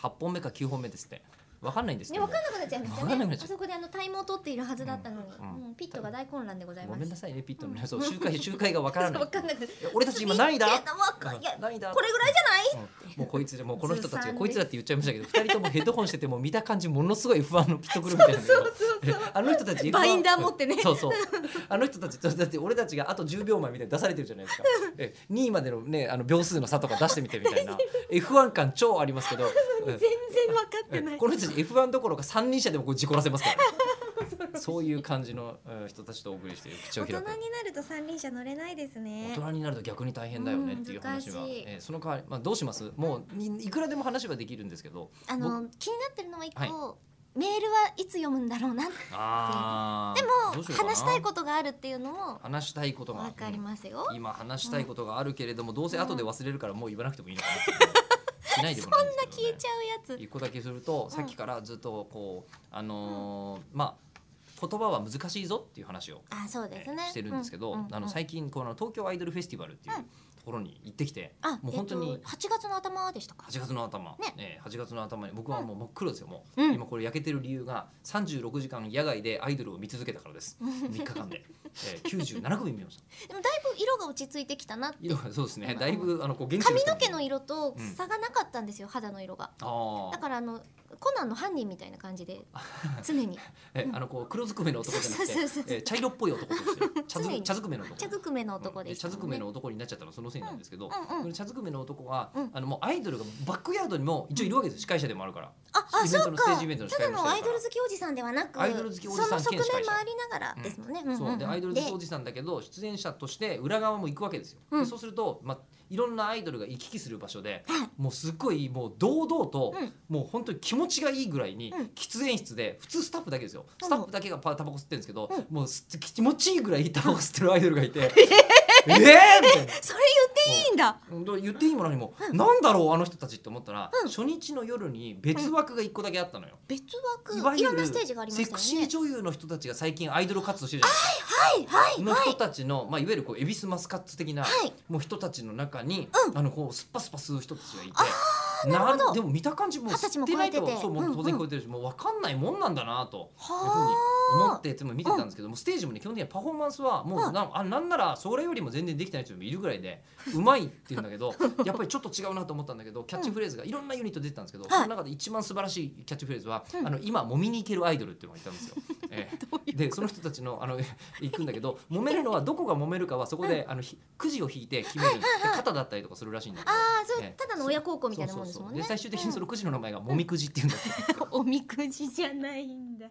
8本目か9本目ですね分かんないんですけね、どね分かんなくなっちゃいましたわかんなねくなっちゃあうそこであのタイムを取っているはずだったのに、うんうんもうピットが大混乱でございごます めんなさいねピットの皆さん周回周回が分からない分かんなくなっいや俺たち今何位だいやわかんうんいや何位だこれぐらいじゃないうんもうこいつでもうこの人たちずがさんこいつだって言っちゃいましたけど2人ともヘッドホンしててもう見た感じものすごい不安のピットグループみたいなんだけど あの人たちバインダー持ってねそうそうあの人たちだって俺たちがあと10秒前みたいに出されてるじゃないですかえ2位までのねあの秒数の差とか出してみてみたい な F1 感超ありますけどうん全然分かってないこの人たち F1 どころか3人車でもこう事故らせますから、そういう感じのうん人たちとお送りして口大を人開にくなると三輪車乗れないです大ね人になると逆に大変だよねっていう話は、うん難しいえーその代わり、まあ、どうしますもういいくらでも話はできるんですけどあの気になってるのは一個、はいメールはいつ読むんだろうなであーどもうしようかな話したいことがあるっていうのも話したいことが分かりますよ、うん今話したいことがあるけれども、どうせ後で忘れるからもう言わなくてもいいのかなっていうしないでもなそんいんなですけど、ね、消えちゃうやつ、一個だけすると、さっきからずっとこうあのーまあ言葉は難しいぞっていう話をあそうですねしてるんですけど、うんうんうんあの最近この東京アイドルフェスティバルっていううんところに行ってきて、あもう本当えにっと8月の頭でしたか8月の頭、ねええ8月の頭に僕はもう真っ黒ですよもう、うん今これ焼けてる理由が36時間野外でアイドルを見続けたから です3日間で、ええ97組見ましたでもだいぶ色が落ち着いてきたなって色がそうですねだいぶあのこう元気髪人のも毛の色とうん差がなかったんですよ、肌の色があだあからあのコナンの犯人みたいな感 じで常にええあのこう黒ずくめの男じゃなくてそうそうそうそうええ茶色っぽい男ですよ茶 常ずに茶ずくめの男茶ずくめの男うんででし茶たずもくんねめの男になっちゃったのはそのせいなんですけど、うんうんその茶ずくめの男は、うんあのもうアイドルがバックヤードにも一応いるわけですよ司会者でもあるからああイベンそトうのかステージイベントの司た会だもしてるからのアイドル好きおじさんではなくアイドル好きおじそさのん側兼面司会者回りながらですもんね、うんうんそうでアイドル好きおじじさんだけど出演者として裏側も行くわけですよ。うんでそうすると、まあ、いろんなアイドルが行き来する場所ではいもうすっごいもう堂々と、うんもう本当に気持ちがいいぐらいに、うん喫煙室で普通スタッフだけですようスんタッフだけがパタバコ吸ってるんですけど、うんもうす気持ちいいぐらいタバコ吸ってるアイドルが いて「えー、えみたいな。それ言っていいんだうんで言っていいも何も、なんだろうあの人たちって思ったら、うん初日の夜に別枠が一個だけあったのよ。別い枠わいゆろんるなステージがありましセたよクねシー女優の人たちが最近アイドル活動してるじゃないですか。はいはいのは人たちの、まあ、いわゆるこう恵比寿マスカッツ的な、はいもう人たちの中に、うんあのこうスッパスパ吸う人たちがいて。なるほどでも見た感じもう二十歳吸もってないと超えててそうもうんううん当然超えてるし、もう分かんないもんなんだなといいうふうに思っはてでも見てたんですけども、ステージもね基本的にパフォーマンスはもう、うんなんあなんならそれよりも全然できてない人もいるぐらいでうまいって言うんだけ どやっぱりちょっと違うなと思ったんだけどキャッチフレーズがいろんなユニット出てたんですけど、いその中で一番素晴らしいキャッチフレーズは、うんあの今揉みに行けるアイドルっていうのがいたんで すよ。ええでその人たちのあ の行くんだけど揉めるのはどこが揉めるかはそこで、あのひくじを引いて決めるんです、で肩だったりとかするらしいんだけど。ああそえうえただの親孝行みたいなもんですそうもそうんそうね最終的にそのくじの名前がもみくじっていうんだけど、おみくじじゃないんだ